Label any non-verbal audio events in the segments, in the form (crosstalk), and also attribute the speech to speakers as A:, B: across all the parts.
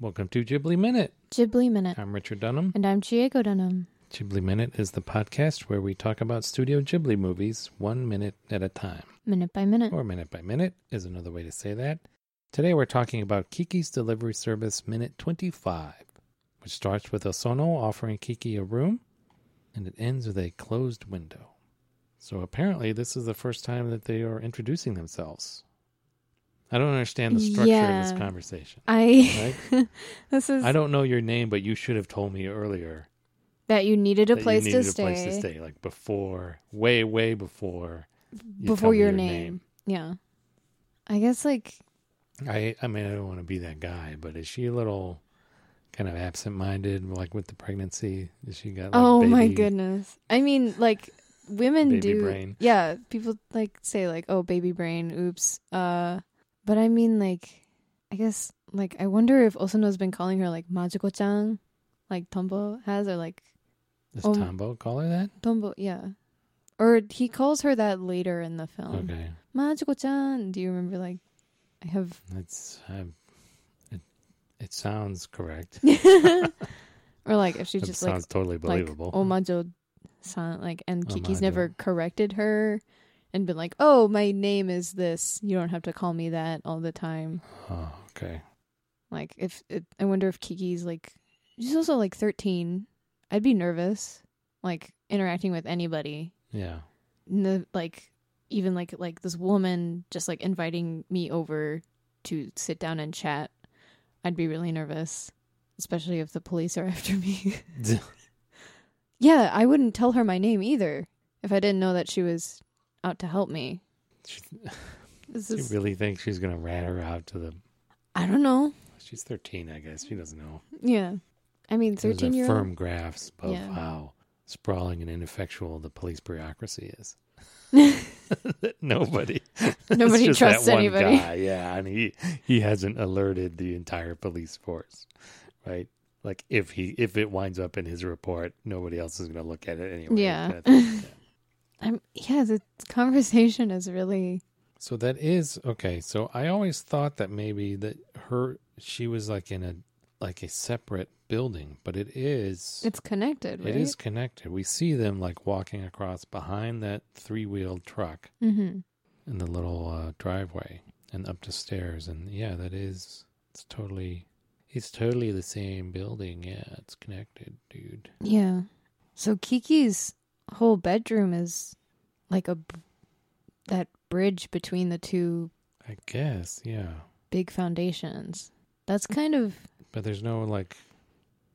A: Welcome to Ghibli Minute.
B: Ghibli Minute.
A: I'm Richard Dunham.
B: And I'm Diego Dunham.
A: Ghibli Minute is the podcast where we talk about Studio Ghibli movies one minute at a time.
B: Minute by minute.
A: Or minute by minute is another way to say that. Today we're talking about Kiki's Delivery Service Minute 25, which starts with Osono offering Kiki a room and it ends with a closed window. So apparently, this is the first time that they are introducing themselves. I don't understand the structure of
B: Yeah.
A: this conversation.
B: I. (laughs) this is
A: I don't know your name, but you should have told me earlier
B: that you needed a,
A: that you
B: place,
A: needed
B: to
A: a place to stay, like before, way, way before, you tell
B: before
A: me
B: your, name. Yeah. I guess like
A: I, I mean, I don't want to be that guy, but is she a little kind of absent-minded, like with the pregnancy? Is she got? Like,
B: oh my
A: baby-
B: goodness. I mean like women
A: Baby
B: do
A: brain.
B: yeah people like say like oh baby brain oops uh but I mean like I guess like I wonder if Osano's been calling her like Majuko chan like Tombo has or like
A: Does
B: Oh.
A: Tombo call her that?
B: Tombo yeah or he calls her that later in the film.
A: okay,
B: Majuko-chan. Do you remember? Like, I have. (laughs)
A: that's i it, it sounds correct.
B: or like if she
A: It
B: just like
A: sounds totally
B: like oh
A: believable.
B: Omajo-san. Like, and Kiki's
A: Omajo.
B: never corrected her and been like, "Oh, my name is this. You don't have to call me that all the time."
A: oh, okay.
B: Like, if it, I wonder if Kiki's like, she's also like thirteen. I'd be nervous, like interacting with anybody.
A: Yeah. (laughs)
B: No, like even like like this woman just like inviting me over to sit down and chat i'd be really nervous especially if the police are (laughs) after me yeah i wouldn't tell her my name either if i didn't know that she was out to help me
A: (laughs) She,
B: this
A: you
B: is
A: really think she's gonna rat her out to the?
B: i don't know
A: She's thirteen, I guess. She doesn't know.
B: yeah i mean
A: There's
B: 13
A: a
B: year old
A: firm grasp of
B: Yeah.
A: how sprawling and ineffectual the police bureaucracy
B: (laughs)
A: is. Nobody, it's (laughs)
B: Nobody
A: just
B: trusts
A: that one
B: anybody.
A: Guy. Yeah, and he he hasn't alerted the entire police force, right? Like if he if it winds up in his report, nobody else is going to look at it anyway.
B: (laughs) Yeah. (laughs)
A: That- yeah.
B: i'm yeah the conversation is really
A: So that is okay. So I always thought that maybe that her she was like in a like a separate building, but it is
B: it's connected right
A: It is connected. We see them like walking across behind that three wheeled truck
B: mm-hmm.
A: in the little uh, driveway and up the stairs. And yeah, that is, it's totally, it's totally the same building. Yeah, it's connected, dude.
B: Yeah. So Kiki's whole bedroom is like a b- that bridge between the two
A: I guess, yeah.
B: big foundations. That's kind of
A: But there's no like,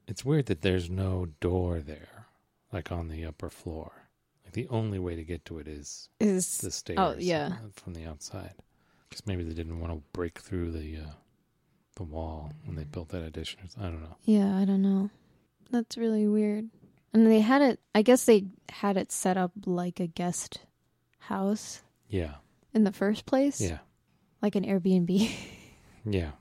A: it's weird that there's no door there, like on the upper floor. Like the only way to get to it is
B: is
A: the stairs
B: Oh,
A: uh,
B: yeah.
A: from the outside. Because maybe they didn't want to break through the uh, the wall when they built that addition. or s- I don't know.
B: yeah, I don't know. That's really weird. And they had it I guess they had it set up like a guest house
A: Yeah,
B: in the first place.
A: yeah,
B: Like an Airbnb. (laughs)
A: yeah.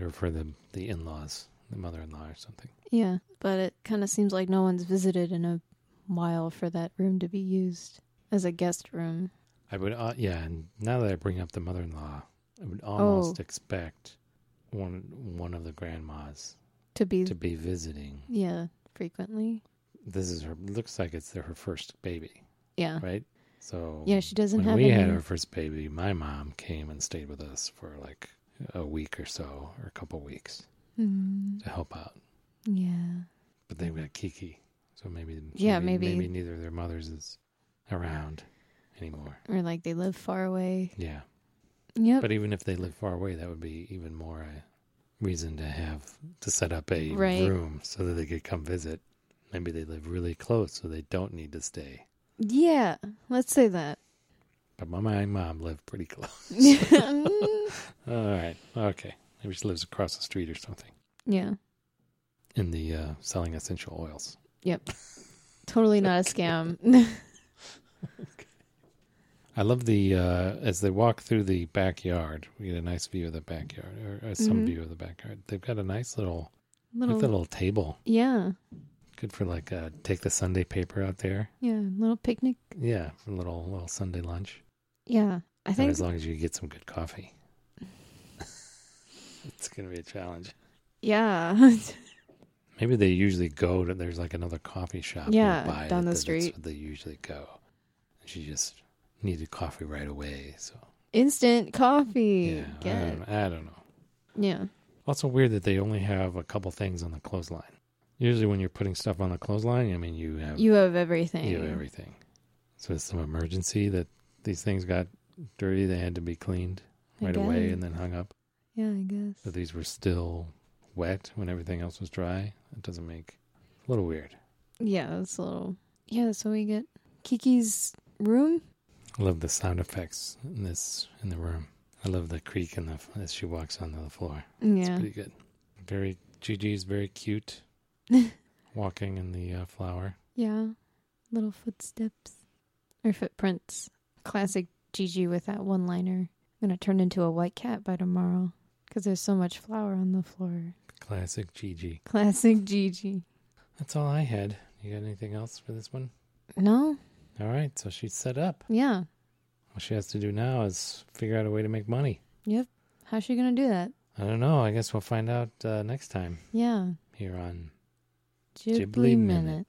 A: Or for the the in laws, the mother in law or something.
B: yeah. But it kind of seems like no one's visited in a while for that room to be used as a guest room.
A: I would, uh, yeah. And now that I bring up the mother in law, I would almost
B: Oh.
A: expect one one of the grandmas
B: To be
A: to be visiting.
B: Yeah, frequently.
A: This is her. Looks like it's her first baby,
B: Yeah.
A: right? So
B: Uh. Yeah, she doesn't
A: when
B: have
A: we
B: any.
A: had our first baby, my mom came and stayed with us for like a week or so, or a couple weeks
B: Mm,
A: to help out.
B: yeah.
A: But they got Kiki, so maybe
B: Yeah, maybe-
A: maybe neither of their mothers is around anymore.
B: Or like they live far away.
A: Yeah,
B: Yep.
A: but even if they live far away, that would be even more a reason to have to set up a
B: Right.
A: room so that they could come visit. Maybe they live really close, so they don't need to stay.
B: yeah. Let's
A: (laughs)
B: say that.
A: But my my mom lived pretty close.
B: Mm,
A: (laughs) All right, okay, maybe she lives across the street or something.
B: yeah.
A: in the uh, selling essential oils.
B: Totally not a
A: (laughs)
B: scam. (laughs)
A: I love the uh, as they walk through the backyard. We get a nice view of the backyard, or uh, some
B: Mhm.
A: view of the backyard. They've got a nice little,
B: little,
A: like the little table.
B: Yeah.
A: Good for like uh, take the Sunday paper out there.
B: Yeah. Little picnic.
A: Yeah, for a little little Sunday lunch.
B: Yeah. I
A: And
B: think.
A: as long as you get some good coffee, it's gonna be a challenge.
B: (laughs) Yeah. (laughs)
A: Maybe they usually go to there's like another coffee shop
B: Yeah,
A: nearby
B: down
A: that-
B: the
A: that's
B: street.
A: where they usually go. She just needed coffee right away, so
B: Instant coffee.
A: yeah, I
B: Get it.
A: don't, I don't know.
B: Yeah.
A: Also weird that they only have a couple things on the clothesline. Usually when you're putting stuff on the clothesline, I mean you have
B: You have everything.
A: you have everything. So it's some emergency that these things got dirty, they had to be cleaned
B: I
A: right away
B: guess.
A: and then hung up.
B: Yeah, I guess.
A: But these were still wet when everything else was dry. It doesn't make a little weird.
B: Yeah, it's a little. Yeah, so we get Kiki's room.
A: I love the sound effects in this in the room. I love the creak in the as she walks onto the floor. It's
B: Yeah.
A: pretty good. Very Gigi's very
B: (laughs)
A: cute walking in the uh, flower.
B: yeah. Little footsteps or footprints. Classic Gigi with that one liner. I'm going to turn into a white cat by tomorrow because there's so much flour on the floor. (laughs)
A: Classic Gigi.
B: Classic Gigi.
A: That's all I had. You got anything else for this one?
B: No?
A: All right, so she's set up.
B: Yeah.
A: What she has to do now is figure out a way to make money.
B: How's she going to do that?
A: I don't know. I guess we'll find out uh, next time
B: Yeah.
A: here on
B: Ghibli,
A: Ghibli Minute.
B: minute.